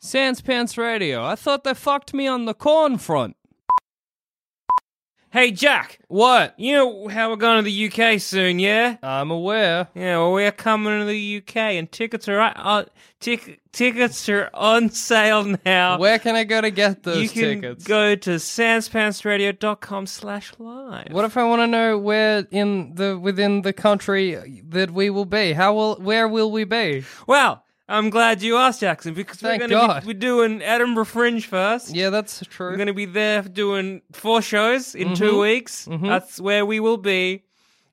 Sans Pants Radio. I thought they fucked me on the corn front. Hey, Jack, What? you know how we're going to the UK soon, yeah? I'm aware. Yeah, well, we're coming to the UK, and tickets are on, tic- tickets are on sale now. Where can I go to get those you can tickets? go to sanspantsradio.com slash live. What if I want to know where in the within the country that we will be? How will where will we be? Well, I'm glad you asked, Jackson, because Thank we're going to God. be we're doing Edinburgh Fringe first. Yeah, that's We're true. going to be there doing four shows in Mm-hmm. two weeks. That's where we will be.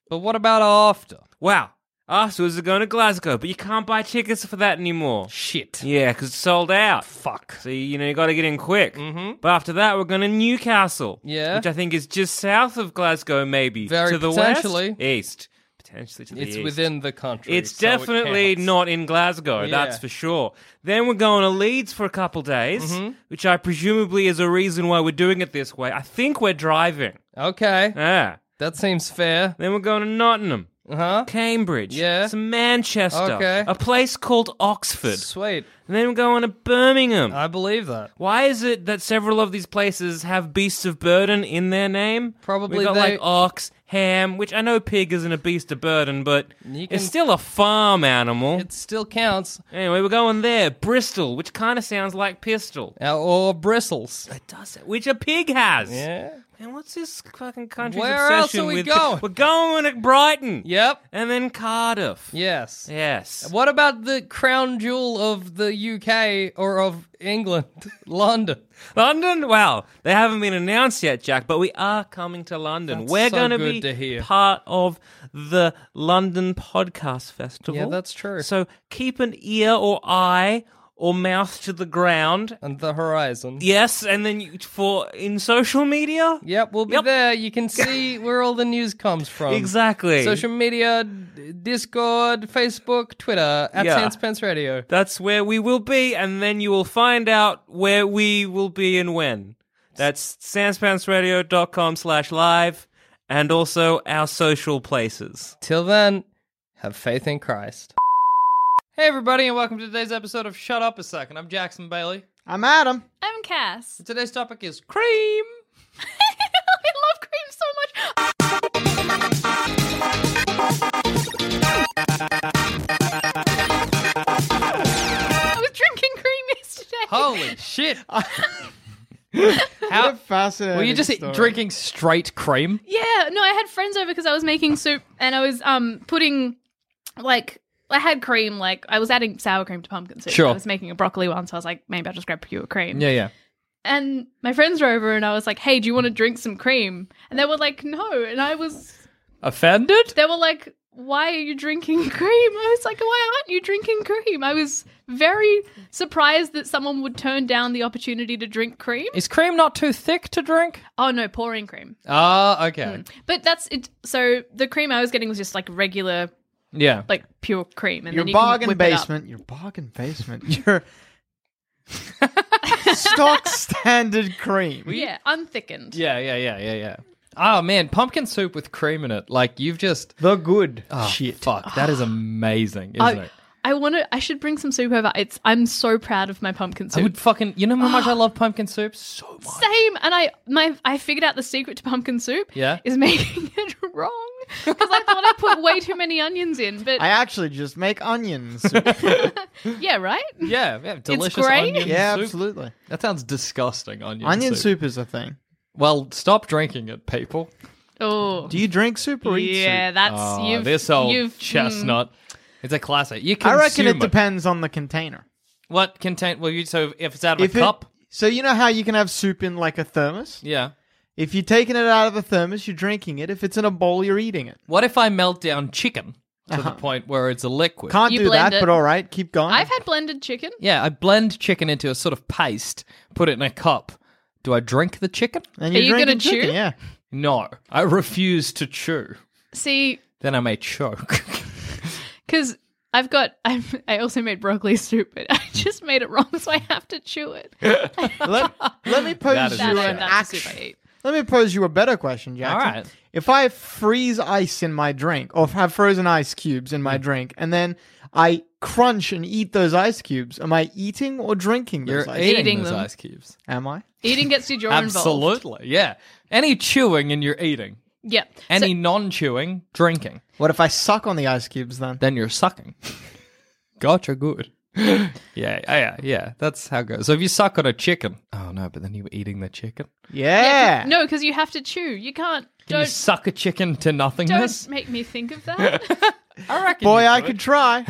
But what about after? Wow. Afterwards, we're going to Glasgow, but you can't buy tickets for that anymore. Shit. Yeah, because it's sold out. Fuck. So, you know, you got to get in quick. Mm-hmm. But after that, we're going to Newcastle. Yeah. Which I think is just south of Glasgow, maybe. Very to the potentially. west? East. Potentially to the It's east. within the country. It's so it definitely counts. not in Glasgow, that's Yeah. for sure. Then we're going to Leeds for a couple days, Mm-hmm. which I presumably is a reason why we're doing it this way. I think we're driving. Okay, Yeah. that seems fair. Then we're going to Nottingham, Uh huh. Cambridge, Yeah. some Manchester, Okay. a place called Oxford. Sweet. And then we're going to Birmingham. I believe that. Why is it that several of these places have beasts of burden in their name? Probably we got they- like ox, ham, which I know pig isn't a beast of burden, but You it's can- still a farm animal. It still counts. Anyway, we're going there. Bristol, which kind of sounds like pistol. Uh, or bristles. It does, which a pig has. Yeah. And what's this fucking country's Where obsession else are we with? going? We're going to Brighton. Yep. And then Cardiff. Yes. Yes. What about the crown jewel of the UK or of England? London. London? Well, they haven't been announced yet, Jack, but we are coming to London. That's We're so going good be to hear. part of the London Podcast Festival. Yeah, that's true. So keep an ear or eye or mouth to the ground. And the horizon. Yes, and then you, for in social media? Yep, we'll be Yep. there. You can see where all the news comes from. Exactly. Social media, d- Discord, Facebook, Twitter, at Yeah. Sans Pants Radio. That's where we will be, and then you will find out where we will be and when. That's sanspantsradio.com slash live and also our social places. Till then, have faith in Christ. Hey, everybody, and welcome to today's episode of Shut Up a Second. I'm Jackson Bailey. I'm Adam. I'm Cass. Today's topic is cream. I love cream so much. I was drinking cream yesterday. Holy shit. How Oh. How fascinating! were you just story. drinking straight cream? Yeah, no, I had friends over because I was making soup and I was um putting like I had cream, like I was adding sour cream to pumpkin soup. Sure. I was making a broccoli one, so I was like, maybe I'll just grab pure cream. yeah. And my friends were over and I was like, hey, do you want to drink some cream? And they were like, no. And I was Offended? they were like, "Why are you drinking cream?" I was like, "Why aren't you drinking cream?" I was very surprised that someone would turn down the opportunity to drink cream. Is cream not too thick to drink? Oh no, pouring cream. Ah, okay. But that's it. So the cream I was getting was just like regular, Yeah. like pure cream, and Your then you can bargain whip it up. basement. Your bargain basement. Your stock standard cream. Yeah, unthicckened. Yeah, yeah, yeah, yeah, yeah. Oh man, pumpkin soup with cream in it. Like you've just The good oh, shit. Fuck, that is amazing, isn't I, it? I want to. I should bring some soup over. It's. I'm so proud of my pumpkin soup. I would fucking. You know how much I love pumpkin soup so much. Same, and I my I figured out the secret to pumpkin soup. Yeah? is making it wrong because I thought I put way too many onions in. But I actually just make onions. yeah, right. Yeah, yeah, delicious great. onion yeah, soup. absolutely. That sounds disgusting. Onion, Onion soup. is a thing. Well, stop drinking it, people. Oh, Do you drink soup or eat yeah, soup? that's Ah, you've this old you've, hmm. chestnut. It's a classic. You I consume reckon it depends on the container. What contain? Well, you so if it's out of If a it- cup, so you know how you can have soup in like a thermos. yeah. If you're taking it out of a thermos, you're drinking it. If it's in a bowl, you're eating it. What if I melt down chicken to the point where it's a liquid? Can't You do that, blend it. but all right, keep going. I've had blended chicken. Yeah, I blend chicken into a sort of paste, put it in a cup. Do I drink the chicken? and Are you're you gonna drinking chicken, chew? Yeah. No, I refuse to chew. See, Then I may choke. because I've got I I also made broccoli soup, but I just made it wrong, so I have to chew it. let, let me pose is you a shame. an That- that's the action. soup I eat. Let me pose you a better question, Jackson. All right. If I Mm. freeze ice in my drink, or have frozen ice cubes in my drink, and then I crunch and eat those ice cubes, am I eating or drinking You're those ice eating, Eating those them. ice cubes. Am I? Eating gets you jaw involved. Absolutely. Yeah. Any chewing and you're eating. Yeah. Any non chewing, drinking. What if I suck on the ice cubes then? Then you're sucking. gotcha good. yeah, yeah, yeah, yeah. That's how it goes. So if you suck on a chicken. Oh no, but then you were eating the chicken. Yeah. No, because you have to chew. You can't. Can you Don't. suck a chicken to nothingness? Don't make me think of that. I reckon. Boy, you I could try.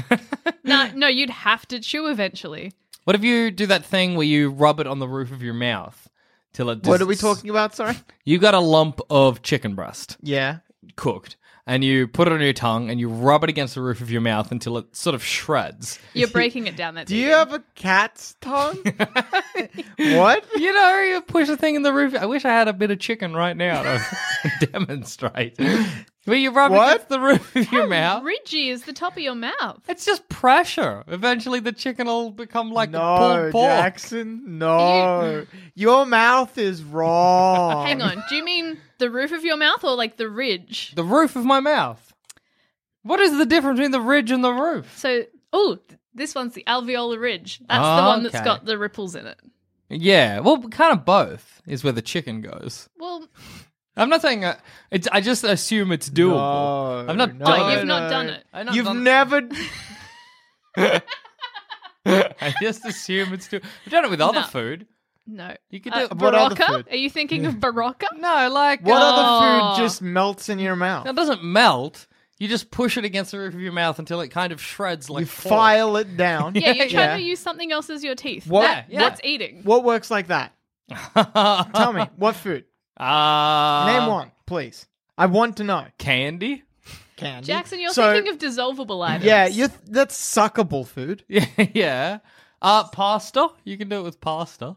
no, no, you'd have to chew eventually. What if you do that thing where you rub it on the roof of your mouth till it? what are we dis- talking about? Sorry. You got a lump of chicken breast Yeah. cooked, and you put it on your tongue, and you rub it against the roof of your mouth until it sort of shreds. You're breaking it down. That's Do you eating. have a cat's tongue? what? You know, you push the thing in the roof. I wish I had a bit of chicken right now to demonstrate. But you rub What? it against the roof of your mouth. Ridgy is the top of your mouth. It's just pressure. Eventually, the chicken will become like a No, pulled pork. Jackson. No. Your mouth is wrong. Hang on. Do you mean the roof of your mouth or like the ridge? The roof of my mouth. What is the difference between the ridge and the roof? So, oh, th- this one's the alveolar ridge. That's the Oh, one that's okay. got the ripples in it. Yeah, well, kind of both is where the chicken goes. Well, I'm not saying uh, it's. I just assume it's doable. No, I've not no, done oh, it. you've not done it. I not You've done- never. I just assume it's doable. I've done it with other No. food. No. You could Uh, do. what other Barocca? food? Are you thinking of Barocca? No, like What uh, other food Oh. just melts in your mouth? That doesn't melt. You just push it against the roof of your mouth until it kind of shreds like you pork. file it down. Yeah, you're trying Yeah. to use something else as your teeth. What- That- Yeah, yeah. That's eating. What works like that? Tell me, what food? Uh, Name one, please. I want to know. Candy. Candy. Jackson, you're So- thinking of dissolvable items. Yeah, you th- that's suckable food. Yeah, yeah. Uh, pasta. You can do it with pasta.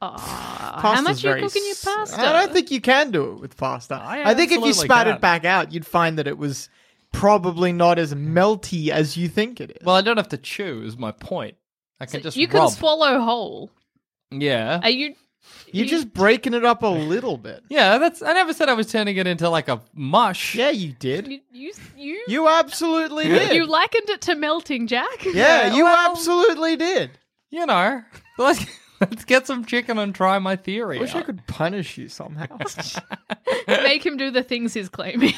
Aw, how Pasta's much you very cook in your s- pasta? I don't think you can do it with pasta. I I, think if you absolutely spat can. it back out, you'd find that it was probably not as melty as you think it is. Well, I don't have to chew. Is my point. I can just you can rub. swallow whole. yeah. Are you? You're you- just breaking it up a little bit. Yeah, that's. I never said I was turning it into like a mush. Yeah, you did. You you you, You absolutely did. you likened it to melting, Jack. yeah, you well- absolutely did. You know, let's let's get some chicken and try my theory. I wish I out. could punish you somehow. Make him do the things he's claiming.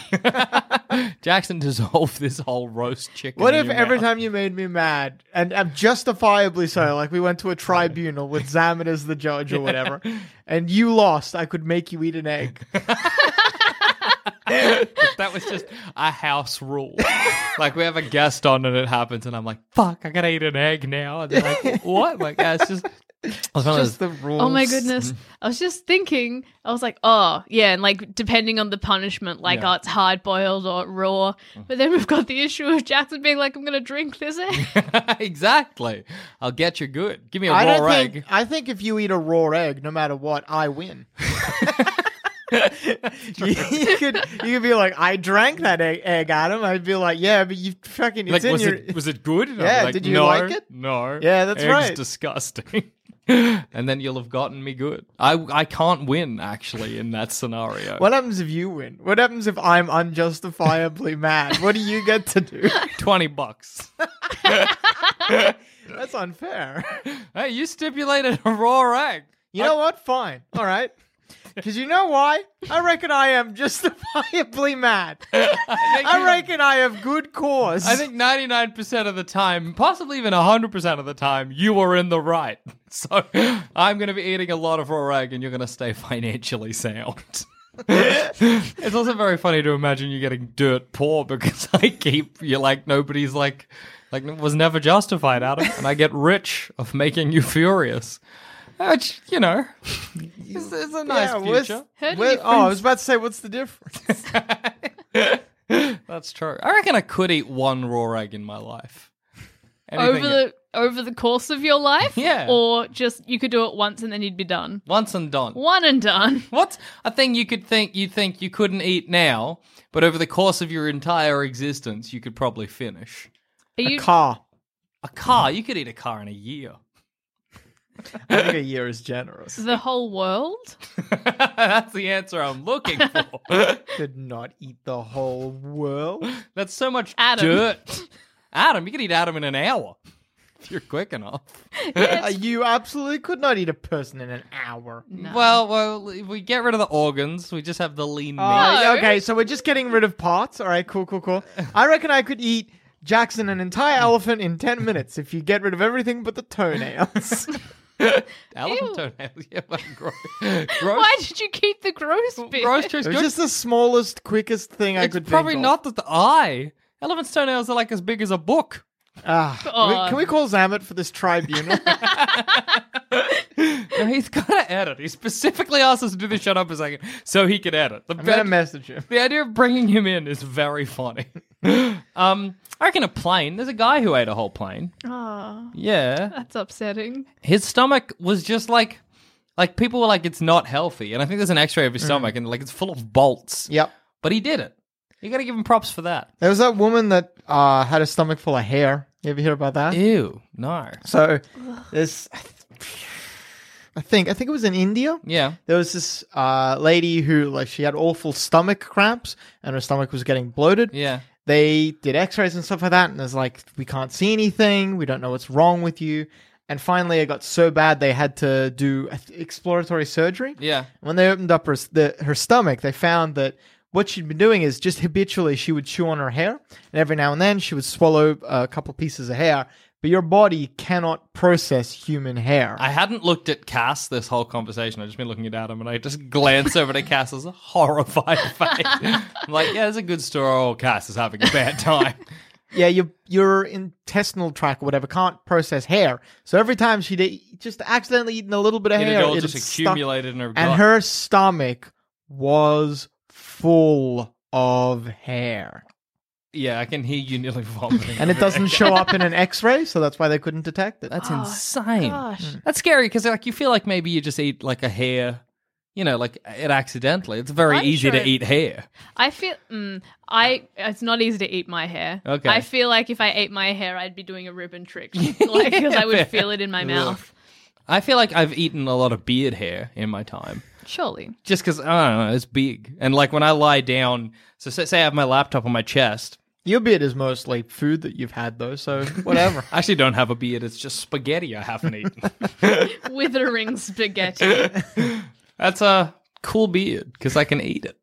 Jackson dissolve this whole roast chicken. What in if your every mouth. time you made me mad, and um, justifiably so, like we went to a tribunal with Zaman as the judge or whatever, and you lost, I could make you eat an egg. that was just a house rule? like we have a guest on and it happens, and I'm like, "Fuck, I gotta eat an egg now." And they're like, "What?" I'm like, yeah, it's just. It's one of Just those- the rules. oh my goodness! Mm-hmm. I was just thinking. I was like, oh yeah, and like depending on the punishment, like Yeah. Mm-hmm. oh it's hard boiled or raw. But then we've got the issue of Jackson being like, I'm gonna drink this egg. exactly. I'll get you good. Give me a I raw don't egg. think. I think if you eat a raw egg, no matter what, I win. you, could you could be like, I drank that egg, egg Adam. I'd be like, yeah, but you fucking it's like, in was your. it was it good? And I'll be Yeah, like, did you "No, like it?" No. Yeah, that's Egg's right. Disgusting. and then you'll have gotten me good. I I can't win actually in that scenario. What happens if you win? What happens if I'm unjustifiably mad? What do you get to do? Twenty bucks. That's unfair. hey, you stipulated a raw egg. You know what? Fine. All right. Because you know why? I reckon I am justifiably mad. I reckon I have good cause. I think 99% of the time, possibly even 100% of the time, you are in the right. So I'm going to be eating a lot of raw egg and you're going to stay financially sound. it's also very funny to imagine you getting dirt poor because I keep, you're like, nobody's like, like, was never justified, Adam. And I get rich of making you furious. Which, you know, is, is a nice Yeah, what's- future. Heard what- of oh, I was about to say, what's the difference? That's true. I reckon I could eat one raw egg in my life. over Anything- the over the course of your life, Yeah. or just you could do it once and then you'd be done, once and done. one and done. What's a thing you could think you think you couldn't eat now, but over the course of your entire existence, you could probably finish Are you? Car. a car. You could eat a car in a year. I think a year is generous. The whole world? That's the answer I'm looking for. Could not eat the whole world. That's so much Adam. dirt. Adam, you could eat Adam in an hour if you're quick enough. Uh, you absolutely could not eat a person in an hour. No. Well, well, if we get rid of the organs, we just have the lean meat. Uh, No. Okay, so we're just getting rid of parts. All right, cool, cool, cool. I reckon I could eat Jackson an entire elephant in ten minutes if you get rid of everything but the toenails. Elephant ew. toenails. Yeah, but gross. gross. Why did you keep the gross bit? gross tastes it was good. just the smallest, quickest thing I it's could. think probably of. not that the eye. Elephant's toenails are like as big as a book. Ah, can, we, God. Oh. can we call Zamet for this tribunal? No, he's got to edit. He specifically asked us to do this shut up a second so he could edit. The, I'm gonna bad- message him. the idea of bringing him in is very funny. um, I reckon a plane. There's a guy who ate a whole plane. Aw, Yeah, Ah, that's upsetting. his stomach was just like, like people were like, it's not healthy. And I think there's an X-ray of his stomach, and like it's full of bolts. Yep. but he did it. You got to give him props for that. There was that woman that uh, had a stomach full of hair. You ever hear about that? Ew, no. So this, I think, I think it was in India. Yeah, There was this uh, lady who, like, she had awful stomach cramps, and her stomach was getting bloated. yeah. They did X-rays and stuff like that, and there's like, we can't see anything. We don't know what's wrong with you. And finally, it got so bad they had to do I th- exploratory surgery. Yeah. When they opened up her the, her stomach, they found that what she'd been doing is just habitually she would chew on her hair, and every now and then she would swallow a couple pieces of hair. But your body cannot process human hair. I hadn't looked at Cass this whole conversation. I've just been looking at Adam, and I just glance over to Cass's horrified face. I'm like, yeah, it's a good story. Oh, Cass is having a bad time. yeah, your your intestinal tract or whatever can't process hair. So every time she'd eat, just accidentally eaten a little bit of it hair, had all it'd just stuck- accumulated in her gut. and her stomach was full of hair. yeah, I can hear you nearly vomiting. And it doesn't show up in an X-ray, so that's why they couldn't detect it. Ah. That's Oh, insane. Gosh. That's scary because like you feel like maybe you just eat like a hair, you know, like it accidentally. It's very I'm easy to sure- eat hair. I feel mm, I it's not easy to eat my hair. Okay. I feel like if I ate my hair, I'd be doing a ribbon trick, like because I fair. would feel it in my mouth. I feel like I've eaten a lot of beard hair in my time. Surely. just because I don't know, it's big. And like when I lie down, so say, say I have my laptop on my chest. Your beard is mostly food that you've had, though, so whatever. I actually don't have a beard; it's just spaghetti I haven't eaten. Withering spaghetti. That's a cool beard because I can eat it.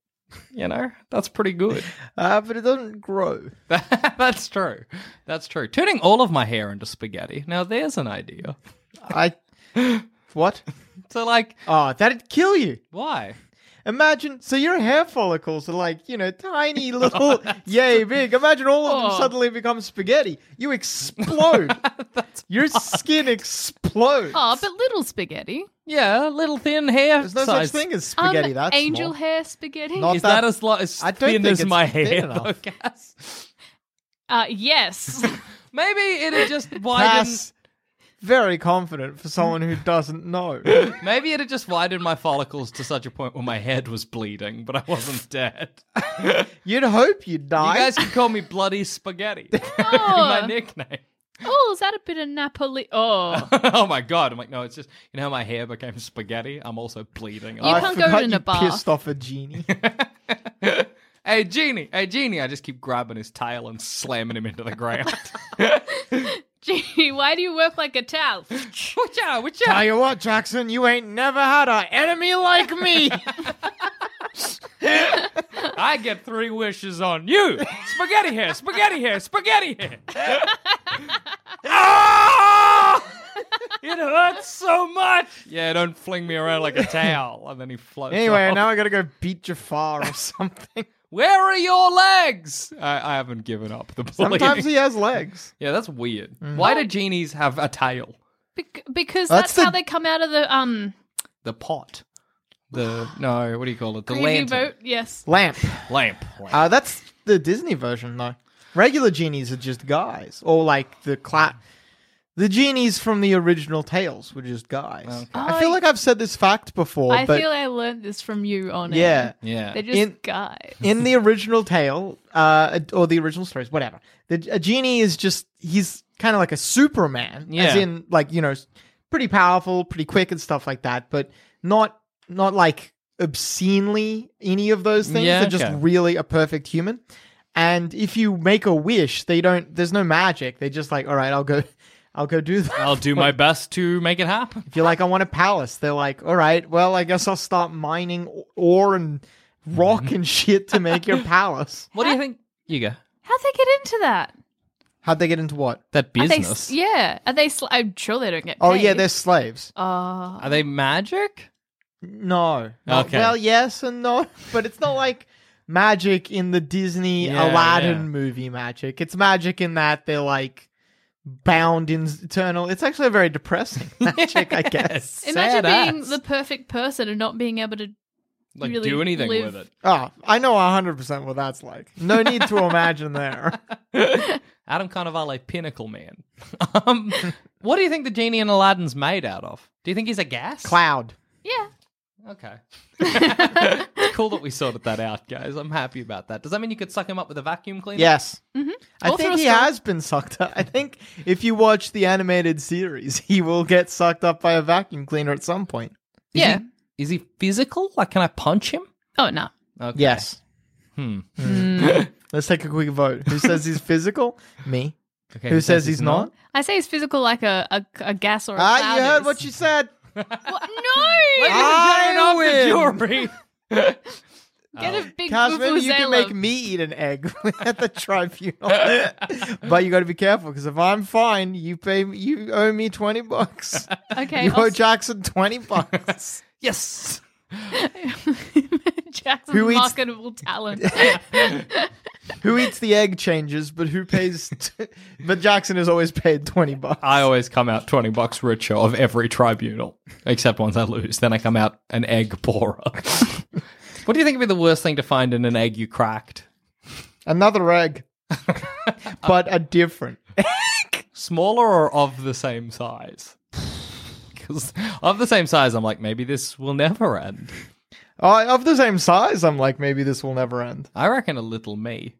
You know, that's pretty good. uh, but it doesn't grow. that's true. That's true. Turning all of my hair into spaghetti. Now there's an idea. I. What? So like, Oh, that'd kill you. why? Imagine. So your hair follicles are like, you know, tiny little, yay big. Imagine all of Oh. them suddenly become spaghetti. You explode. your skin explodes. oh, but little spaghetti. Yeah, little thin hair. There's no size. such thing as Um, spaghetti. that's angel small. hair spaghetti. Not- Is that, That- as, lo- as I don't thin think as it's my thin hair, enough. though, Cass? uh, yes. Maybe it just why didn't Pass. Very confident for someone who doesn't know. Maybe it had just widened my follicles to such a point where my head was bleeding, but I wasn't dead. You'd hope you'd You die. guys can call me Bloody Spaghetti. my nickname. oh, is that a bit of Napoli? Oh, oh my god. I'm like, no, it's just, you know how my hair became spaghetti? I'm also bleeding. You I can't go forgot in you a bath. Pissed off a genie. hey, Genie. Hey, Genie. I just keep grabbing his tail and slamming him into the ground. gee, why do you work like a towel? watch out, watch Tell out. you what, Jackson, you ain't never had an enemy like me. I get three wishes on you. Spaghetti hair, spaghetti hair, spaghetti hair. Ah! It hurts so much. Yeah, don't fling me around like a towel. And then he floats. anyway, off. now I gotta go beat Jafar or something. Where are your legs? I, I haven't given up the bleeding. Sometimes he has legs. yeah, that's weird. Mm-hmm. Why do genies have a tail? Bec- because That's that's, the- how they come out of the um The pot. The no, what do you call it? The preview lantern. boat. Yes. Lamp. Lamp. Lamp. Uh, that's the Disney version, though. Regular genies are just guys, or like the cla- the genies from the original Tales were just guys. I feel I- like I've said this fact before, I but feel I learned this from you on yeah. air. yeah. They're just In- guys. in the original tale, uh, or the original stories, whatever, the, a genie is just he's kind of like a Superman, Yeah. as in like you know, pretty powerful, pretty quick, and stuff like that, but not not like obscenely any of those things. Yeah, They're just okay. really a perfect human. And if you make a wish, they don't. There's no magic. They're just like, all right, I'll go, I'll go do that. I'll do my best to make it happen. If you're like, I want a palace, they're like, all right, well, I guess I'll start mining ore and rock and shit to make your palace. What do you think, Yuga? How'd they get into that? How'd they get into what? That Are they, business? Are they, yeah. Are they? Sl- I'm sure they don't get. Paid. Oh yeah, they're slaves. Oh. magic? No. No. Okay. Well, yes and no, but it's not like magic in the Disney Yeah, Aladdin yeah. movie magic. It's magic in that they're like bound in eternal. It's actually very depressing magic, I guess. Sad Imagine being ass. the perfect person and not being able to. Like really do anything live- with it. Oh, I know 100% what that's like. No need to imagine there. Adam Carnivale, pinnacle man. um, what do you think the genie in Aladdin's made out of? Do you think he's a gas? Cloud. Yeah. Okay. it's cool that we sorted that out, guys. I'm happy about that. Does that mean you could suck him up with a vacuum cleaner? Yes. I Or through think a he straw. has been sucked up. I think if you watch the animated series, he will get sucked up by a vacuum cleaner at some point. Is Yeah. He, is he physical? Like, can I punch him? Oh no. Okay. Yes. Hmm. Let's take a quick vote. Who says he's physical? Me. Okay, Who says he's not? I say it's physical like a, a, a gas or a Ah, cloud you heard is. what you said. What? Ladies and No. I gentlemen of the jury. Get a big Casman, you can vuvuzela. make me eat an egg at the tribunal, but you got to be careful because if I'm fined, you pay me- you owe me twenty bucks. Okay. You I'll owe s- Jackson twenty bucks. yes. Jackson's Who eats- marketable talent. who eats the egg changes, but who pays? T- but Jackson is always paid twenty bucks. I always come out 20 bucks richer of every tribunal, except once I lose. Then I come out an egg poorer. what do you think would be the worst thing to find in an egg you cracked? Another egg, but a different. Smaller or of the same size? Because of the same size, I'm like, maybe this will never end. Uh, of the same size, I'm like, maybe this will never end. I reckon a little me,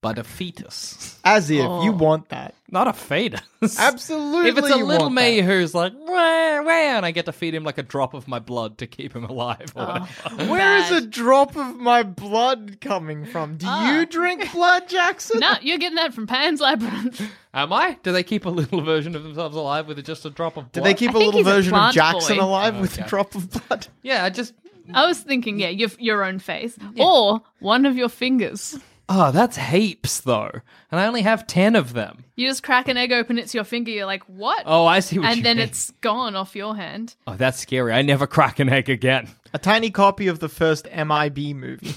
but a fetus. As if you Oh. want that. Not a fetus. Absolutely. If it's a you little want me that. who's like, wah, wah, and I get to feed him like a drop of my blood to keep him alive. Or whatever. Where is Bad. a drop of my blood coming from? Do Ah. you drink blood, Jackson? no, you're getting that from Pan's Labyrinth. Am I? Do they keep a little version of themselves alive with just a drop of Did blood? they keep a I think little he's a version of plant Jackson boy. alive with a Okay. drop of blood? Yeah, I just. I was thinking, yeah, your your own face or one of your fingers. Oh, that's heaps though, and I only have ten of them. You just crack an egg open, it's your finger. You're like, what? Oh, I see what you and then mean. it's gone off your hand. Oh, that's scary. I never crack an egg again. A tiny copy of the first MIB movie,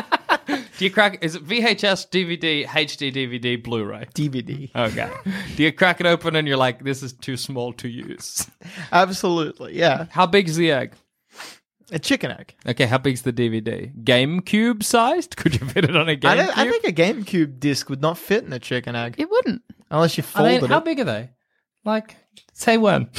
Do you crack? Is it VHS, DVD, HD, DVD, Blu-ray? DVD. Okay. Do you crack it open and you're like, this is too small to use? Absolutely, yeah. How big's the egg? A chicken egg. Okay, how big's the DVD? GameCube sized? Could you fit it on a GameCube? I, don't, I think a GameCube disc would not fit in a chicken egg It wouldn't. unless you Are they- folded how it. big are they? Like, say when?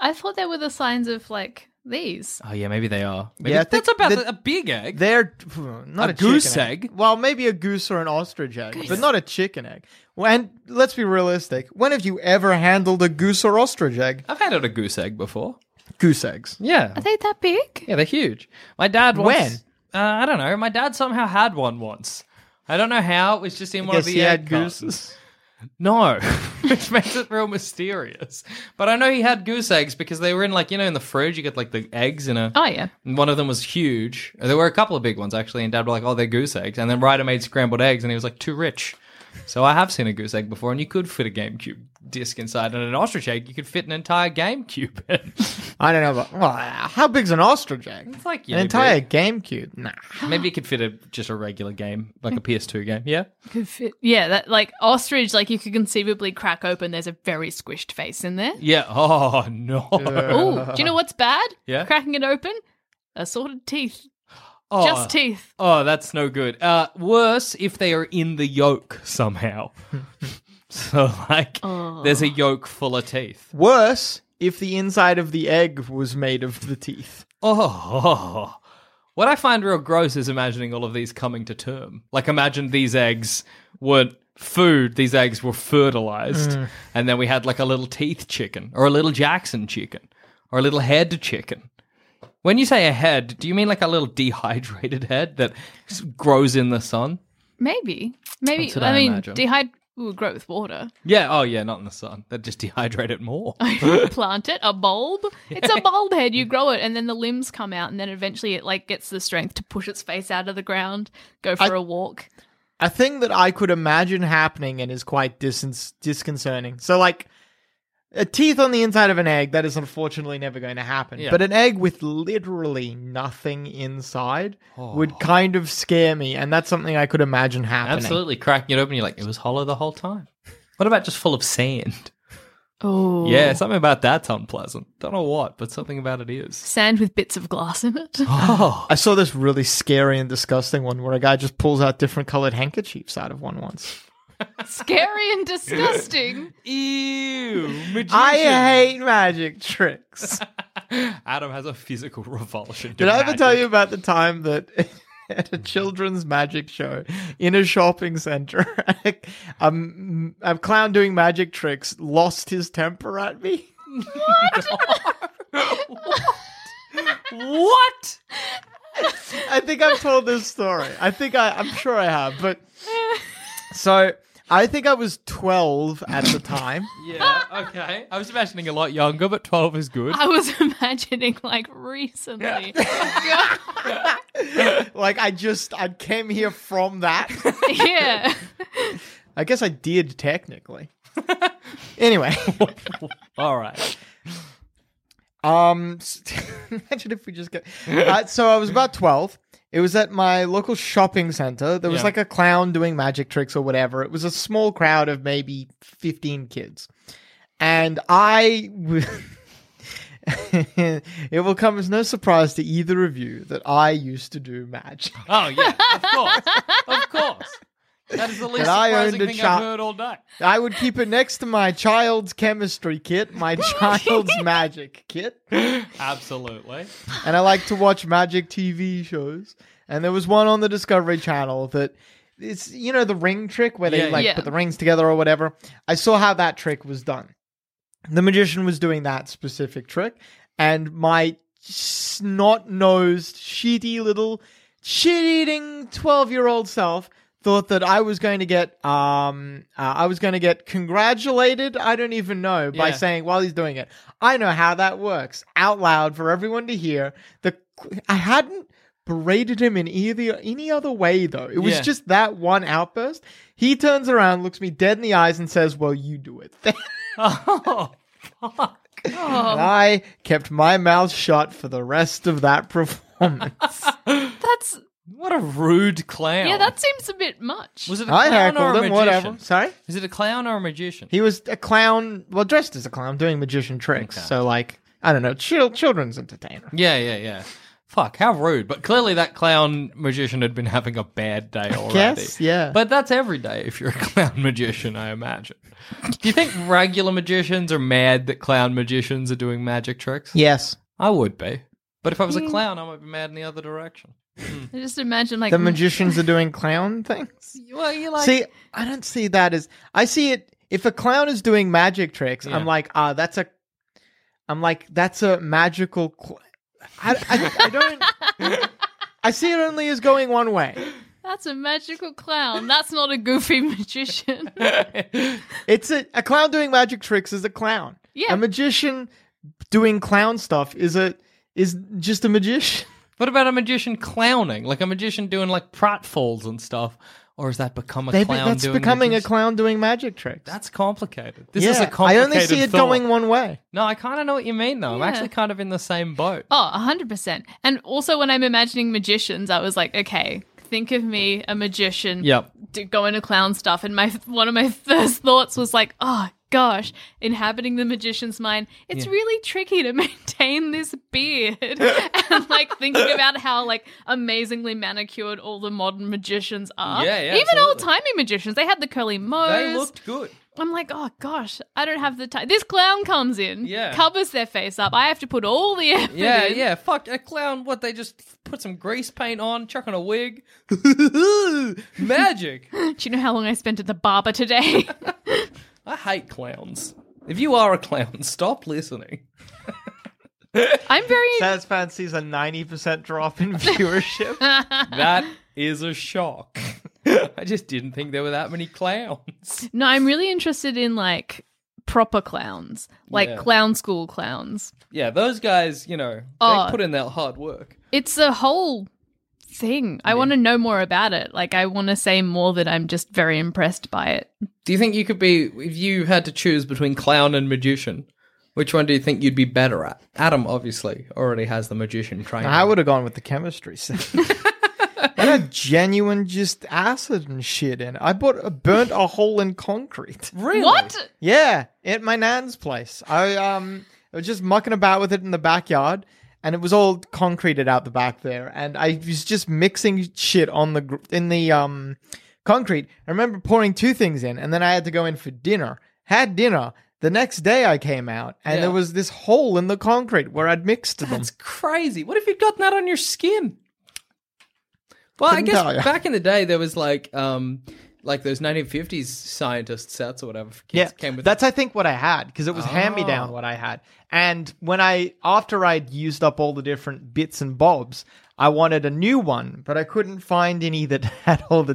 I thought they were the signs of like these. Oh yeah, maybe they are. Yeah, I yeah, that's think about the- a big egg. They're phew, not A a, chicken goose egg? Well, maybe a goose or an ostrich egg, but not a chicken egg. Well, And let's be realistic. When have you ever handled a goose or ostrich egg? I've had a goose egg before. Goose eggs. Yeah, Are they that big? yeah, they're huge. My dad once, When? Uh, I don't know. My dad somehow had one once. I don't know how. It was just in one of Guess the he egg had cartons. gooses. No, which makes it real mysterious. But I know he had goose eggs because they were in like you know in the fridge you get like the eggs in a. Oh yeah. And one of them was huge. There were a couple of big ones actually, and Dad were like, "Oh, they're goose eggs." And then Ryder made scrambled eggs, and he was like, "Too rich." So I have seen a goose egg before, and you could fit a GameCube disc inside, and an ostrich egg you could fit an entire GameCube. in. it's I don't know, but well, how big's an ostrich egg? like An entire GameCube? Nah. Maybe you could fit a just a regular game, like a PS2 game. Yeah, Could fit- Yeah, that like ostrich, like you could conceivably crack open. There's a very squished face in there. yeah. Oh no. Ooh, do you know what's bad? Yeah? cracking it open, assorted teeth, oh, just teeth. oh, that's no good. Uh, worse if they are in the yolk somehow. so like, there's a yolk full of teeth. Worse, if the inside of the egg was made of the teeth. Oh, what I find real gross is imagining all of these coming to term. Like, imagine these eggs weren't food; these eggs were fertilized, and then we had like a little teeth chicken, or a little Jackson chicken, or a little head chicken. When you say a head, do you mean like a little dehydrated head that s- grows in the sun? Maybe. Maybe. That's what I, I mean, imagine. dehydrate will grow with water. Yeah. Oh, yeah. Not in the sun. That just dehydrate it more. Plant it, a bulb. It's a bulb head. You grow it, and then the limbs come out, and then eventually it like gets the strength to push its face out of the ground, go for a walk. a thing that I could imagine happening and is quite distance disconcerting. So like a teeth on the inside of an egg that is unfortunately never going to happen. Yeah. But an egg with literally nothing inside would kind of scare me, and that's something I could imagine happening. Absolutely cracking it open. You're like, it was hollow the whole time. What about just full of sand? Oh, Yeah, something about that's unpleasant. Don't know what, but something about it is. Sand with bits of glass in it. Oh, I saw this really scary and disgusting one where a guy just pulls out different colored handkerchiefs out of one once. Scary and disgusting. ew! Magician. I hate magic tricks. Adam has a physical revulsion. Did to I ever magic. tell you about the time that at a children's magic show in a shopping center, a, m- a clown doing magic tricks lost his temper at me? What? I think I've told this story. I think I, I'm sure I have, but so I think I was 12 at the time. Yeah. Okay. I was imagining a lot younger, but twelve is good. I was imagining like recently. like I just I came here from that. yeah. I guess I did technically. anyway, All right. Um, s- imagine if we just get. Uh, so I was about twelve. It was at my local shopping center. There was Yeah. like a clown doing magic tricks or whatever. It was a small crowd of maybe fifteen kids, and I. w- it will come as no surprise to either of you that I used to do magic. Oh yeah. Of course. Of course. That is the least And I surprising owned a thing chop- I've heard all day. I would keep it next to my child's chemistry kit, my child's magic kit. Absolutely. and I like to watch magic TV shows. And there was one on the Discovery Channel that it's you know the ring trick where they Yeah, like yeah. put the rings together or whatever. I saw how that trick was done. The magician was doing that specific trick, and my snot nosed, shitty little shit eating twelve year old self thought that I was going to get um uh, I was going to get congratulated. I don't even know by Yeah. saying while he's doing it, I know how that works out loud for everyone to hear. The I hadn't berated him in either any other way though. It was Yeah. just that one outburst. He turns around, looks me dead in the eyes, and says, "Well, you do it." then." Oh. and Oh, I kept my mouth shut for the rest of that performance. that's What a rude clown. yeah. That seems a bit much. was it. A I clown or heckled a magician? him, whatever. Sorry. Is it a clown or a magician? He was a clown, well, dressed as a clown, doing magician tricks. Okay. So, like, I don't know, chil- children's entertainer. Yeah, yeah, yeah. Fuck, how rude. But clearly that clown magician had been having a bad day already. guess, yeah. But that's every day if you're a clown magician, I imagine. Do you think regular magicians are mad that clown magicians are doing magic tricks? Yes. I would be. But if I was Hmm. a clown, I might be mad in the other direction. I just imagine like The magicians are doing clown things. Well, you like see, I don't see that as. I see it. If a clown is doing magic tricks, Yeah. I'm like, ah, that's a. I'm like, that's a magical. Cl- I, I, I don't. I see it only as going one way. that's a magical clown. That's not a goofy magician. It's a, a clown doing magic tricks is a clown. Yeah. A magician doing clown stuff is a is just a magician. What about a magician clowning? Like a magician doing like pratfalls and stuff? Or has that become a They- clown that's doing becoming magician- a clown doing magic tricks. That's complicated. This is Yeah, a complicated I only see it thought. going one way. No, I kind of know what you mean, though. Yeah. I'm actually kind of in the same boat. Oh, 100%. And also, when I'm imagining magicians, I was like, okay, think of me, a magician, Yep. d- going to clown stuff. And my one of my first thoughts was like, oh, gosh, inhabiting the magician's mind, it's really tricky to maintain this beard. and like thinking about how like amazingly manicured all the modern magicians are. Yeah, yeah, Even absolutely. old timey magicians, they had the curly mo's. good. I'm like, oh gosh, I don't have the time. This clown comes in, Yeah. covers their face up. I have to put all the effort Yeah, in. yeah. Fuck a clown. What they just put some grease paint on, chuck on a wig. Magic. Do you know how long I spent at the barber today? I hate clowns. If you are a clown, stop listening. I'm very. Satisfan sees a ninety percent drop in viewership. That is a shock. I just didn't think there were that many clowns. No, I'm really interested in like proper clowns, like Yeah. clown school clowns. Yeah, those guys, you know, they Oh. put in that hard work. It's a whole thing. I want to know more about it. Like, I want to say more that I'm just very impressed by it. Do you think you could be, if you had to choose between clown and magician, which one do you think you'd be better at? Adam obviously already has the magician training. I would have gone with the chemistry set. And a genuine just acid and shit in it. I bought a burnt a hole in concrete. really? What? Yeah, at my nan's place. I um I was just mucking about with it in the backyard, and it was all concreted out the back there. And I was just mixing shit on the gr- in the um concrete. I remember pouring two things in, and then I had to go in for dinner. Had dinner. The next day I came out, and Yeah. there was this hole in the concrete where I'd mixed them. That's crazy. What if you'd gotten that on your skin? Well, I Couldn't guess tell ya. back in the day there was like um like those 1950s scientist sets or whatever for kids Yeah, came with Oh. that's I think what I had because it was hand me down what I had. And when I after I'd used up all the different bits and bobs, I wanted a new one, but I couldn't find any that had all the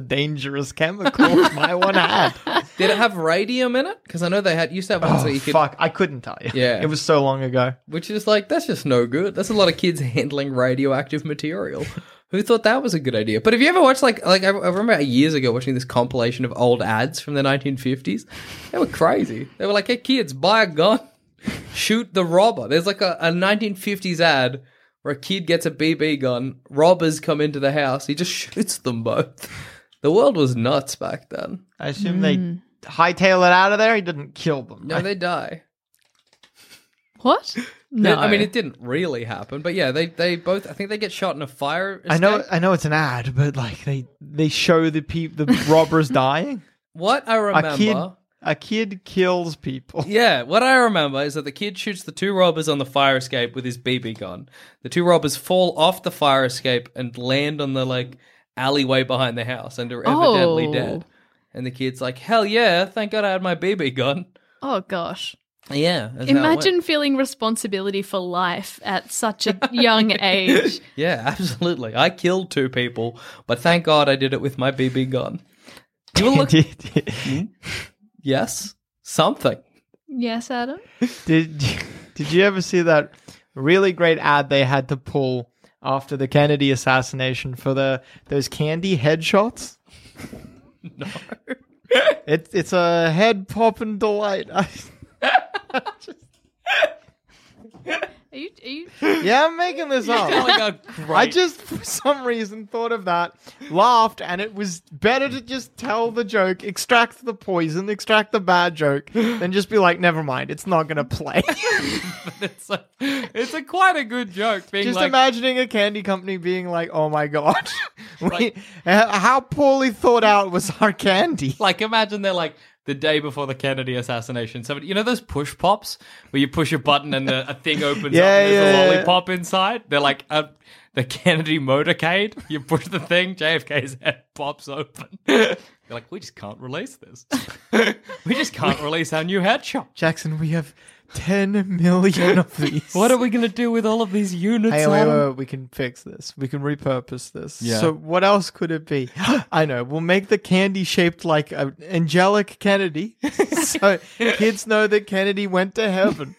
dangerous chemicals my one had. Did it have radium in it? Because I know they had used to have ones Oh, that you could, Fuck, I couldn't tell you. Yeah. it was so long ago. which is like that's just no good. That's a lot of kids handling radioactive material. Who thought that was a good idea? But have you ever watched like like I, I remember years ago watching this compilation of old ads from the 1950s? They were crazy. They were like, "Hey kids, buy a gun, shoot the robber." There's like a, a 1950s ad where a kid gets a BB gun, robbers come into the house, he just shoots them both. The world was nuts back then. I assume they hightail it out of there. He didn't kill them. No, right? they die. What? No. I mean, it didn't really happen, but yeah, they they both. I think they get shot in a fire. Escape. I know, I know it's an ad, but like they they show the peop the robbers dying. What I remember. A kid, a kid kills people. Yeah, what I remember is that the kid shoots the two robbers on the fire escape with his BB gun. The two robbers fall off the fire escape and land on the like alleyway behind the house and are evidently Oh. dead. And the kid's like, "Hell yeah! Thank God I had my BB gun." oh gosh. Yeah. that's how it went. Imagine feeling responsibility for life at such a young age. Yeah, absolutely. I killed two people, but thank God I did it with my BB gun. You were look. Did- yes. Something. Yes, Adam? Did Did you ever see that really great ad they had to pull after the Kennedy assassination for the those candy headshots? No. It, it's a head popping delight. I, Are you, are you yeah, I'm making this up. Like a great I just, for some reason, thought of that, laughed, and it was better to just tell the joke, extract the poison, extract the bad joke, than just be like, never mind, it's not going to play. it's a, it's a quite a good joke. Being Just like, imagining a candy company being like, "Oh my god, we, h- how poorly thought out was our candy?" like imagine they're like the day before the Kennedy assassination. Somebody, you know those push pops where you push a button and a, a thing opens Yeah, up and there's yeah, a yeah. lollipop inside. They're like uh the Kennedy motorcade. You push the thing, JFK's head pops open. You're like, we just can't release this. we just can't release our new headshot. Jackson, we have ten million of these. What are we gonna do with all of these units? Hey, wait, wait, Adam? wait, we can fix this. We can repurpose this. Yeah. So, what else could it be? I know. We'll make the candy shaped like an angelic Kennedy, so kids know that Kennedy went to heaven.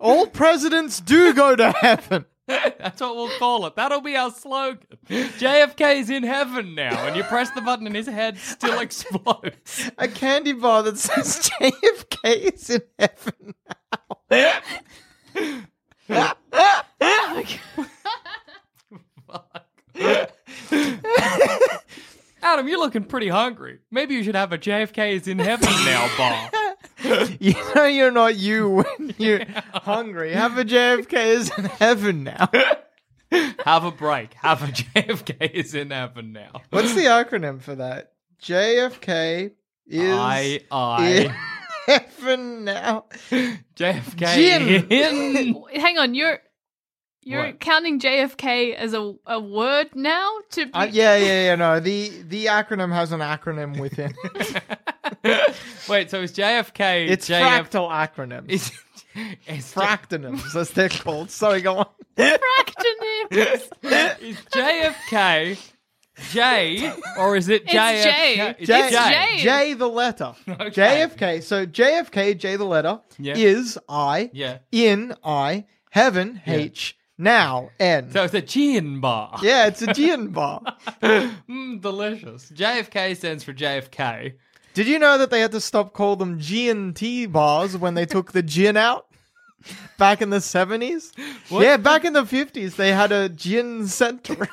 All presidents do go to heaven. That's what we'll call it. That'll be our slogan. JFK's in heaven now, and you press the button and his head still explodes. a candy bar that says JFK is in heaven now. Adam, you're looking pretty hungry. Maybe you should have a JFK is in heaven now bar. you know you're not you when you're hungry. Have a JFK is in heaven now. Have a break. Have a JFK is in heaven now. What's the acronym for that? JFK is I in I heaven now. JFK Jim. in. hang on, you're you're What? counting JFK as a, a word now to be Uh, yeah, yeah, yeah. No, the the acronym has an acronym within. it. Wait, so it's JFK. It's JF- fractal acronyms. Is, is, fractonyms, as they're called. Sorry, go on. fractonyms. is JFK J or is it It's JFK? J. J, It's J. J. the letter. Okay. JFK. So JFK, J the letter, Yeah. is I, Yeah. in I, heaven, H, now, N. So it's a gin bar. yeah, it's a G in bar. Mm, delicious. JFK stands for JFK. Did you know that they had to stop call them G and T bars when they took the gin out? Back in the 70s? Yeah, back in the 50s, they had a gin center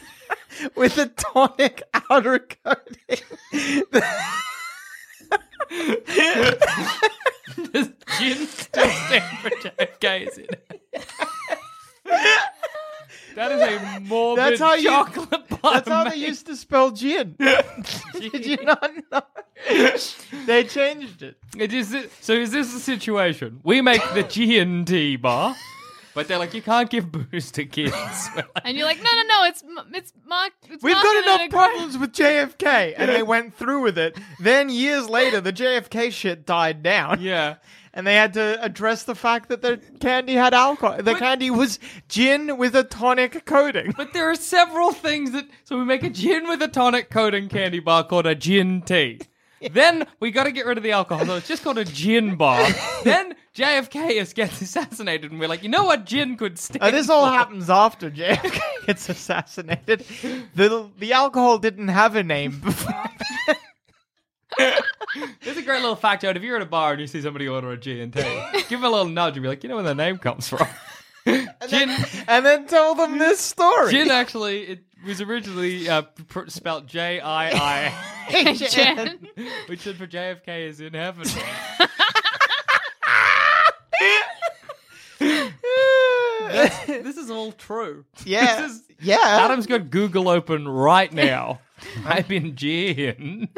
with a tonic outer coating. Does gin still stand for JFK? Is it? that is a morbid That's how you- chocolate bar. That's how they used to spell gin. Did you not know? they changed it. It is so. Is this the situation? We make the G and T bar, but they're like, you can't give booze to kids. And you're like, no, no, no, it's m- it's Mark. It's We've got marketed enough ag- problems with JFK, and they went through with it. Then years later, the JFK shit died down, yeah, and they had to address the fact that their candy had alcohol. The candy was gin with a tonic coating. but there are several things that. So we make a gin with a tonic coating candy bar called a gin tea. Then we got to get rid of the alcohol, so it's just called a gin bar. then JFK is gets assassinated, and we're like, you know what, gin could stand. Uh, this all for?" happens after JFK gets assassinated. The the alcohol didn't have a name before. There's a great little factoid. If you're at a bar and you see somebody order a G and T, give them a little nudge and be like, you know where the name comes from. gin, and then tell them this story. gin actually it was originally uh, pr- spelled J I I, Gin. Jen. which stood for JFK is in heaven. this is all true. yeah. This is- yeah. Adam's got Google open right now. Type in gin,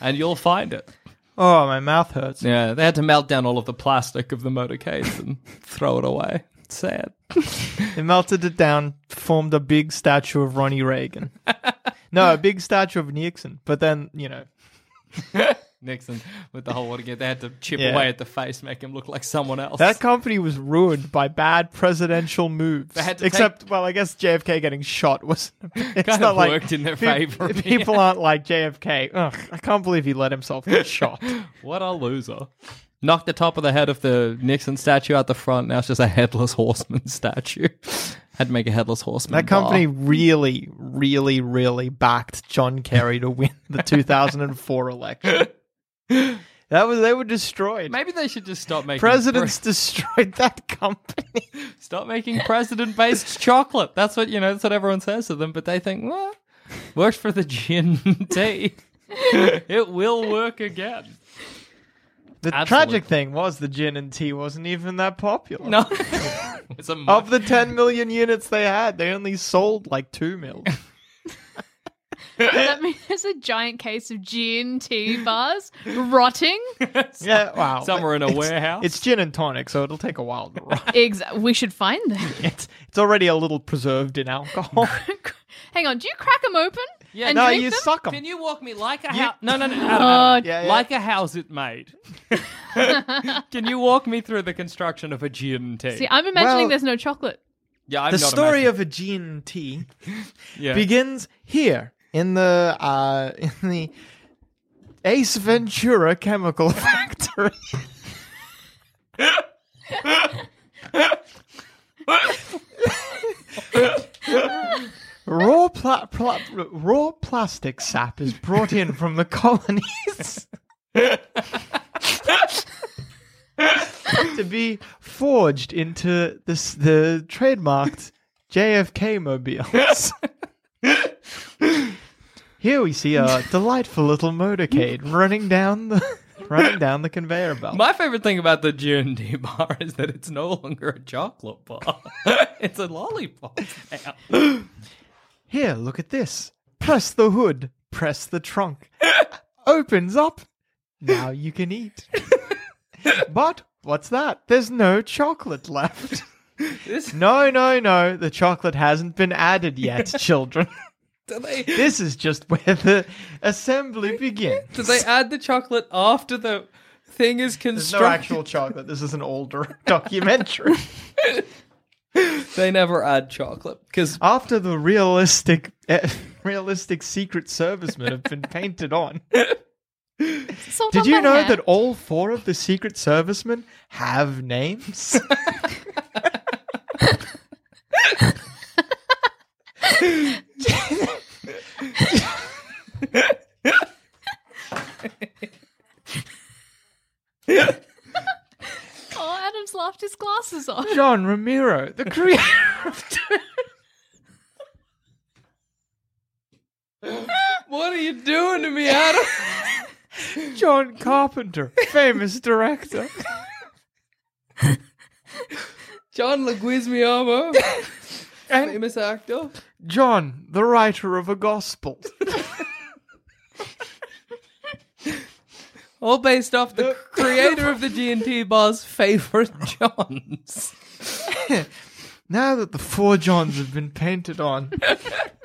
and you'll find it. Oh, my mouth hurts. Yeah, they had to melt down all of the plastic of the motorcades and throw it away. It's sad. They melted it down, formed a big statue of Ronnie Reagan. no, a big statue of Nixon. But then, you know, Nixon with the whole Watergate. They had to chip Yeah. away at the face, make him look like someone else. that company was ruined by bad presidential moves. They had to Except, well, I guess JFK getting shot was. It's kind not of like worked in their pe- favor. People aren't like JFK. Ugh, I can't believe he let himself get shot. what a loser. Knocked the top of the head of the Nixon statue out the front. Now it's just a headless horseman statue. Had to make a headless horseman. That company bar. really, really, really backed John Kerry to win the 2004 election. That was they were destroyed. Maybe they should just stop making Presidents destroyed that company. stop making president based chocolate. That's what you know. That's what everyone says to them. But they think, well, works for the gin tea. it will work again. The Absolutely. tragic thing was the gin and tea wasn't even that popular. No, it's a mo- Of the 10 million units they had, they only sold like 2 mil. that means there's a giant case of gin tea bars rotting. yeah, wow. Some are in a It's- warehouse. It's gin and tonic, so it'll take a while to rot. Exa- we should find them. it's, it's already a little preserved in alcohol. Hang on, do you crack them open? Yeah, and no, drink you them? suck 'em. Can you walk me like a house? No, no, no. Adam, Oh, Adam. Yeah, yeah. Like a house it made. Can you walk me through the construction of a GMT? see, I'm imagining Well- there's no chocolate. yeah, I'm the not story imagining- of a gin and tea yeah. begins here in the uh, in the Ace Ventura Chemical Factory. raw, pla- pla- raw plastic sap is brought in from the colonies to be forged into this the trademarked JFK mobiles. Here we see a delightful little motorcade running down the running down the conveyor belt. My favorite thing about the G&D bar is that it's no longer a chocolate bar. it's a lollipop now. Here, look at this. Press the hood, press the trunk. Opens up. Now you can eat. but what's that? There's no chocolate left. This, No, no, no. The chocolate hasn't been added yet, children. do, they, This is just where the assembly begins. do they add the chocolate after the thing is There's no constructed? actual chocolate. This is an older documentary. they never add chocolate because After the realistic eh, unrealistic Secret Servicemen have been painted on. It's all Did done you by know hand. that all four of the Secret Servicemen have names? Oh, Adam's left his glasses off. John Ramiro, the creator of What are you doing to me, Adam? John Carpenter, famous director. John Leguizamo, And famous actor. John, the writer of a gospel. All based off the creator of the G&T bar's favorite Johns. Now that the four Johns have been painted on,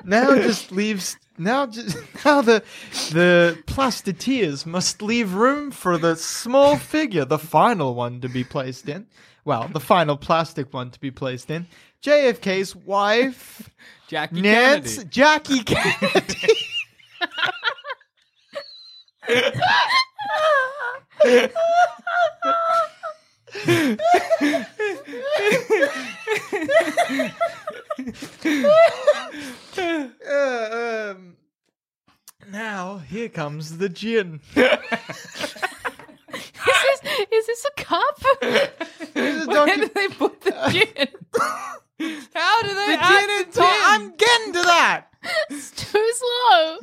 now just leaves now just now the the plasteteers must leave room for the small figure, the final one to be placed in. Well, the final plastic one to be placed in. JFK's wife, Jackie Nance Kennedy. Jackie Kennedy. Uh, um, now here comes the gin. Is this, is this a cup? Here's a Where docu- did they put the Uh, gin? How do they I add a didn't talk- I'm getting to that. It's too slow.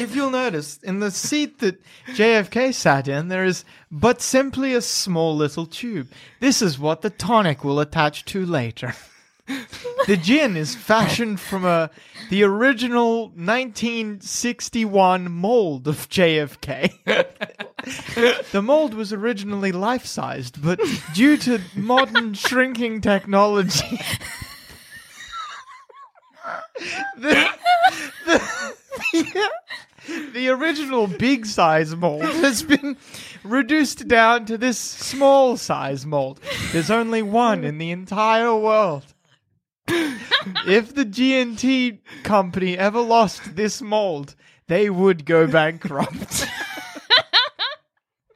if you'll notice, in the seat that JFK sat in, there is but simply a small little tube. This is what the tonic will attach to later. the gin is fashioned from a the original 1961 mold of JFK. the mold was originally life-sized, but due to modern shrinking technology, the- the original big size mold has been reduced down to this small size mold. There's only one in the entire world. If the G&T company ever lost this mold, they would go bankrupt.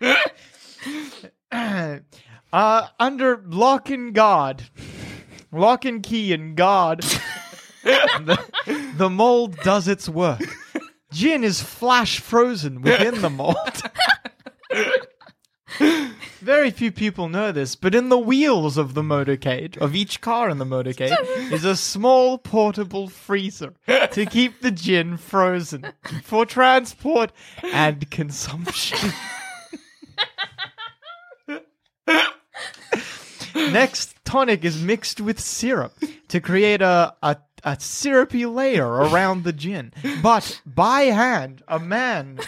uh, under lock and guard, lock and key and guard, the, the mold does its work. Gin is flash frozen within the mold. Very few people know this, but in the wheels of the motorcade, of each car in the motorcade, is a small portable freezer to keep the gin frozen for transport and consumption. Next, tonic is mixed with syrup to create a, a, a syrupy layer around the gin. But by hand, a man,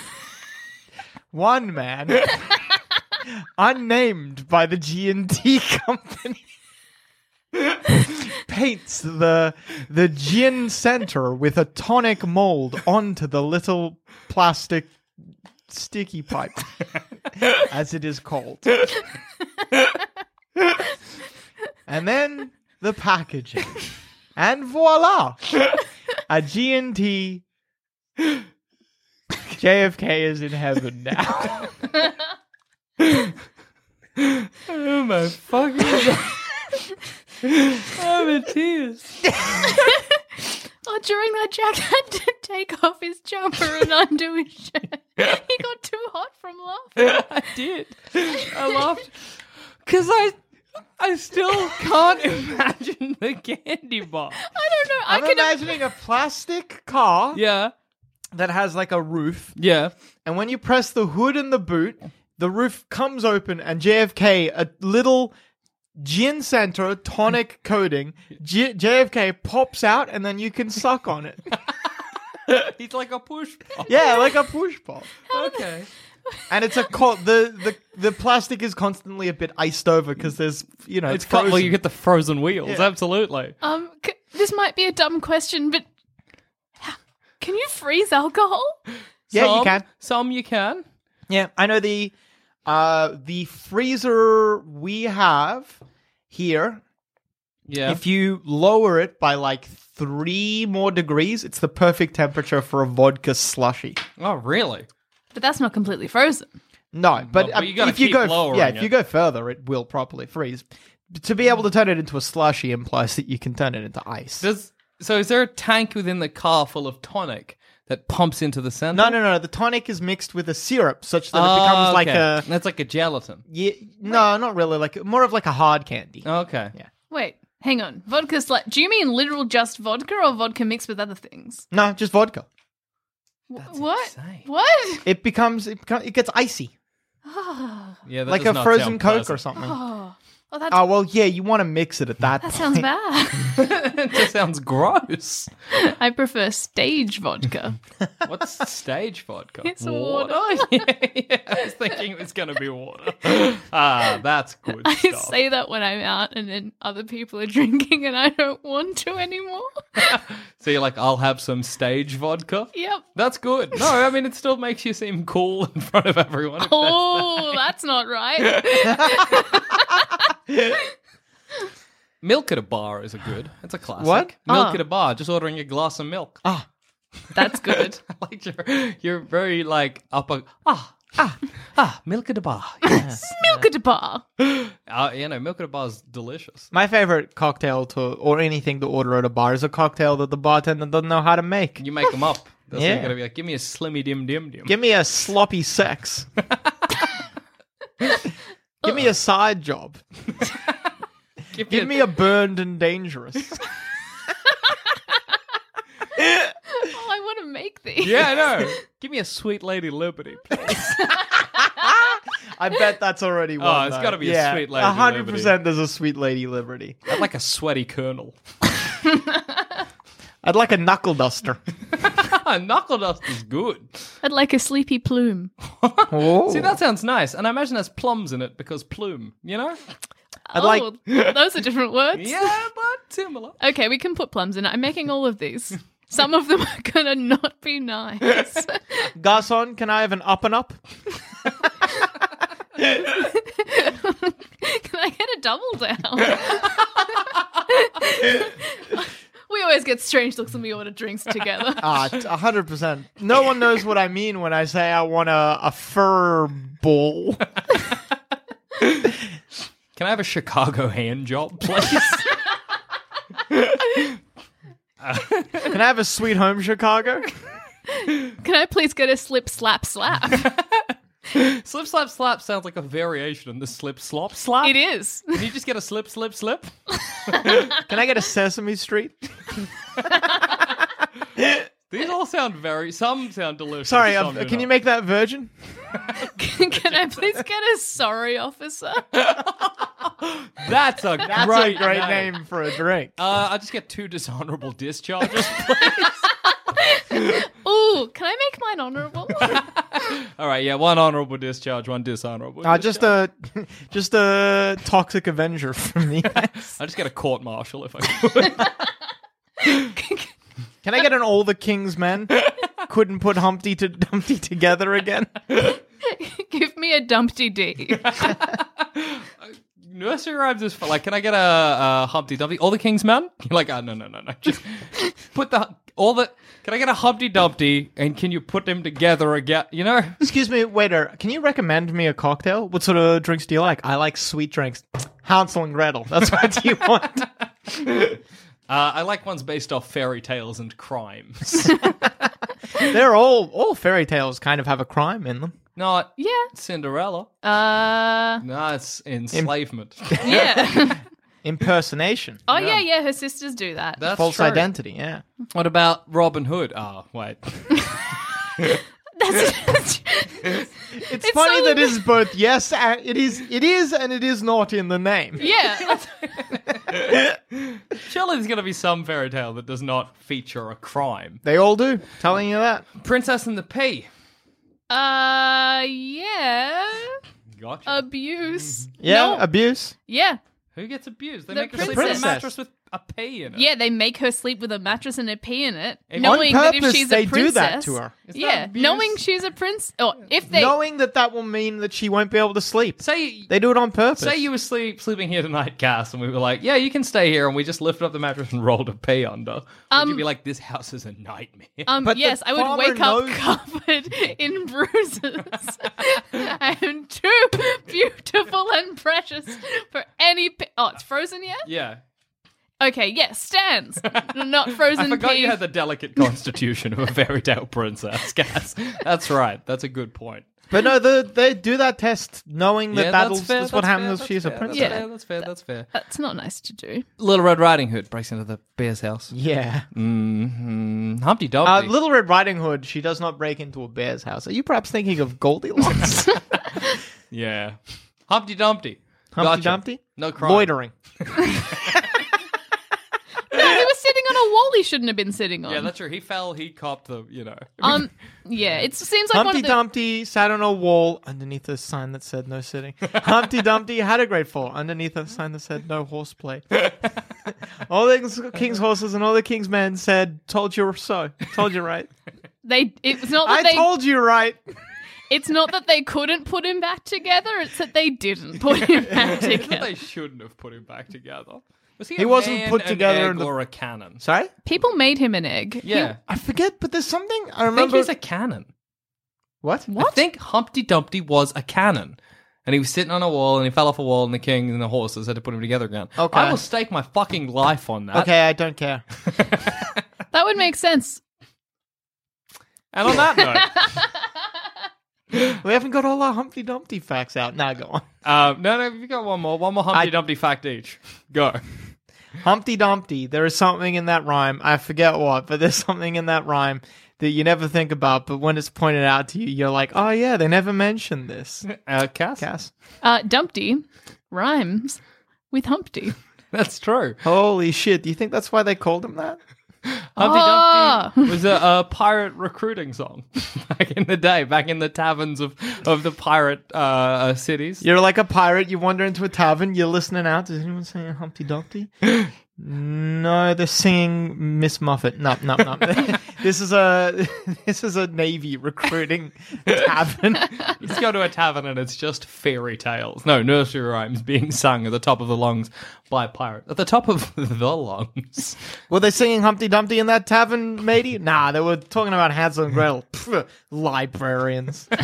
one man, unnamed by the G&T company, paints the, the gin center with a tonic mold onto the little plastic sticky pipe, as it is called. And then the packaging. And voila! A G&T JFK is in heaven now. Oh my fucking God. I'm in tears. Oh, during that, Jack had to take off his jumper and undo his shirt. He got too hot from laughing. I did. I laughed. Because I, I still can't imagine the candy bar. I don't know. I'm I can imagining a plastic car Yeah. that has like a roof, Yeah. and when you press the hood and the boot, the roof comes open, and JFK, a little gin center tonic coating, J- JFK pops out, and then you can suck on it. He's like a push bar. Yeah, like a push pop. Okay. and it's a co- the the the plastic is constantly a bit iced over because there's you know It's it's, got, frozen. well, you get the frozen wheels. Yeah. Absolutely. Um, c- this might be a dumb question, but can you freeze alcohol? yeah Some- you can Some you can. yeah I know the uh the freezer we have here Yeah. If you lower it by like three more degrees, it's the perfect temperature for a vodka slushy. oh, really? But that's not completely frozen. No, but, but uh, you gotta if you keep go, lowering yeah, if it. you go further, it will properly freeze. But To be able to turn it into a slushy implies that you can turn it into ice. Does so? Is there a tank within the car full of tonic that pumps into the center? No, no, no. The tonic is mixed with a syrup such that Oh, it becomes like okay. a. That's like a gelatin. ye- no, not really. Like more of like a hard candy. Okay. Yeah. Wait, hang on. Vodka slu Do you mean literal just vodka or vodka mixed with other things? No, just vodka. Wh- That's what? insane. What? It becomes it, becomes, it gets icy, Yeah, that like does a not frozen sound coke or pleasant. something. Oh. Oh, oh that's, well, yeah, you want to mix it at that. that sounds point. bad. it just sounds gross. I prefer stage vodka. What's stage vodka? It's water. Oh, yeah, yeah. I was thinking it was going to be water. Ah, that's good I stuff. say that when I'm out and then other people are drinking and I don't want to anymore. so you're like, I'll have some stage vodka. Yep. That's good. No, I mean it still makes you seem cool in front of everyone. if that's- Oh, that's not right. Milk at a bar is a good. It's a classic. What? Ah. Milk Ah. at a bar. Just ordering a glass of milk. That's good. like you're, you're very like up a ah ah ah milk at a bar. Yes. Milk at a Oh, bar. uh, you know, milk at a bar is delicious. My favorite cocktail to or anything to order at a bar is a cocktail that the bartender doesn't know how to make. You make them up. That's yeah. Yeah. you're gonna be like. Give me a slimmy dim dim dim. Give me a sloppy sex. Give me a side job. Give, Give me a burned and dangerous. Oh, I want to make these. Yeah, I know. Give me a sweet lady liberty. I bet that's already one. Oh, it's though. gotta be a Yeah, sweet lady hundred liberty. percent. There's a sweet lady liberty. I'd like a sweaty colonel. I'd like a knuckle duster. Knuckle dust is good. I'd like a sleepy plume. Oh. See, that sounds nice, and I imagine there's plums in it because plume. You know? I'd like- Oh, those are different words. Yeah, but similar. Okay, we can put plums in it. I'm making all of these. Some of them are gonna not be nice. Garson, can I have an up and up? Can I get a double down? we always get strange looks when we order drinks together. Ah, t- a hundred percent. No one knows what I mean when I say I want a, a fur ball. Can I have a Chicago hand job, please? Can I have a sweet home Chicago? Can I please get a slip slap slap? slip slap slap sounds like a variation on the slip slop slap. it is. Can you just get a slip slip slip? Can I get a Sesame Street? These all sound very. Some sound delicious. Sorry, some uh, do can you not. make that virgin? Can I please get a sorry officer? That's a great, Great name for a drink. Uh, I'll just get two dishonorable discharges. Ooh, can I make mine honorable? all right, yeah, one honorable discharge, one dishonorable. Uh, just a, just a toxic Avenger for me. I just get a court martial if I could. Can I get an all the king's men? Couldn't put Humpty to Dumpty together again. Give me a Dumpty D. Nursery rhymes is for like, can I get a, a Humpty Dumpty? All the King's Man? You're like, ah, no, no, no, no. Just put the all the. Can I get a Humpty Dumpty? And can you put them together again? You know, Uh, Excuse me, waiter. Can you recommend me a cocktail? What sort of drinks do you like? I like sweet drinks. Hansel and Gretel. That's what you want. uh, I like ones based off fairy tales and crimes. They're all all fairy tales kind of have a crime in them. Not Yeah. e- Cinderella. Uh. No, it's enslavement. Yeah. Impersonation. Oh yeah, yeah. Her sisters do that. That's False true. identity, yeah. What about Robin Hood? Ah, wait. That's It's, It's funny so- that it's both yes and it is it is and it is not in the name. yeah. Surely there's going to be some fairy tale that does not feature a crime. They all do. Telling you that. Princess and the Pea. Uh. Yeah. Gotcha. Abuse. Yeah, No. abuse. Yeah. Who gets abused? They The make her sleep on a princess. mattress with a pea in it. Yeah, they make her sleep with a mattress and a pea in it, On knowing that if purpose, she's they a do princess, that to her. Is that Yeah, abuse? knowing she's a prince, or if they knowing that that will mean that she won't be able to sleep. Say They do it on purpose. say you were sleep, sleeping here tonight, Cass, and we were like, yeah, you can stay here, and we just lifted up the mattress and rolled a pea under. Would Um, you be like, this house is a nightmare? Um, But the yes, I would farmer wake up knows- covered in bruises. I am too beautiful and precious for any. Pi- oh, it's frozen yet? yeah. Okay, yes, stands. Not frozen. I forgot pea. you had the delicate constitution of a fairy tale princess, Cass. That's right. That's a good point. but no, the, they do that test knowing that Yeah, that'll, that's fair. that's what that's fair, happens if that's she's a fair, princess. That's Yeah. fair. That's fair. That's fair. That's not nice to do. Little Red Riding Hood breaks into the bear's house. Yeah. Mm-hmm. Humpty Uh, Dumpty. Little Red Riding Hood, she does not break into a bear's house. Are you perhaps thinking of Goldilocks? Humpty yeah. Humpty Dumpty. Gotcha. Dumpty? No crime. Loitering. No, he was sitting on a wall he shouldn't have been sitting on. Yeah, that's true. He fell. He copped the. You know. um, yeah, it seems like one Humpty of the. Dumpty sat on a wall underneath a sign that said no sitting. Humpty Dumpty had a great fall underneath a sign that said no horseplay. all the king's horses and all the king's men said, "Told you so. Told you right. They. It's not I that they. told you right." It's not that they couldn't put him back together. It's that they didn't put him back together. they shouldn't have put him back together. Was he? He a wasn't man, put an together egg in the- or a cannon. Sorry, People made him an egg. He- Yeah, I forget, but there's something I I think remember. he's a cannon. what? I think Humpty Dumpty was a cannon. And he was sitting on a wall and he fell off a wall and the king and the horses had to put him together again. Okay. I will stake my fucking life on that. Okay, I don't care. that would make sense. And on that note, We haven't got all our Humpty Dumpty facts out. Now go on. um, no, no, you got one more. One more Humpty I- Dumpty fact each. Go. Humpty Dumpty, there is something in that rhyme. I forget what, but there's something in that rhyme that you never think about, but when it's pointed out to you, you're like, oh yeah, they never mentioned this. Uh, Cass? Cass. Uh, Dumpty rhymes with Humpty. That's true. Holy shit, do you think that's why they called him that? Humpty Ah. Dumpty was a, a pirate recruiting song back in the day, back in the taverns of, of the pirate uh, uh, cities. You're like a pirate, you wander into a tavern, you're listening out. Does anyone sing Humpty Dumpty? no, they're singing Miss Muffet. No, no, no. this is a this is a navy recruiting tavern. Let's go to a tavern and it's just fairy tales. No, nursery rhymes being sung at the top of the lungs by pirates. At the top of the lungs. Were they singing Humpty Dumpty in that tavern, matey? Nah, they were talking about Hansel and Gretel. Pff, librarians.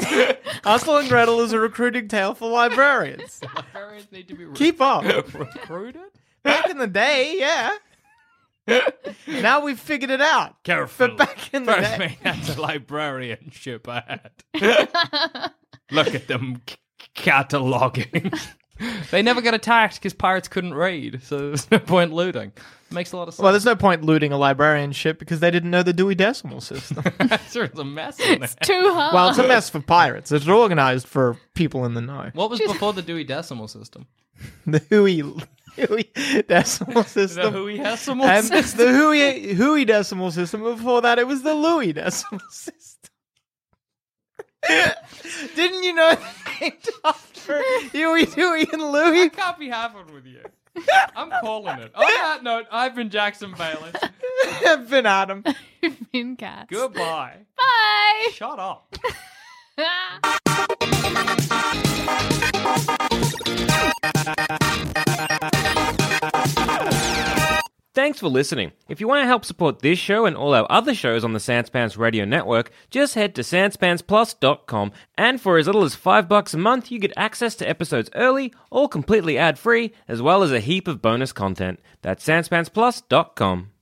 Hansel and Gretel is a recruiting tale for librarians. Librarians need to be re- Keep up. recruited? Back in the day, yeah. Now we've figured it out. Careful. But back in the First day- man had a librarianship I had. Look at them c- cataloguing. they never got attacked because pirates couldn't read, so there's no point looting. Makes a lot of sense. Well, there's no point looting a librarianship because they didn't know the Dewey Decimal System. Sure, it's a mess in there. It's too hard. well, it's a mess for pirates. It's organized for people in the know. What was before the Dewey Decimal System? The Huey, Huey Decimal System. The Dewey Decimal and System. the Hui Hui decimal system. Before that, it was the Louis decimal system. Didn't you know they named after Huey, Dewey, and Louie? can't be having with you. I'm calling it. On that note, I've been Jackson Bailey. Been Adam. in cats. Goodbye. Bye. Shut up. Thanks for listening. If you want to help support this show and all our other shows on the Sanspants Radio Network, just head to sanspantsplus.com and for as little as 5 bucks a month, you get access to episodes early, all completely ad-free, as well as a heap of bonus content. That's sanspantsplus.com.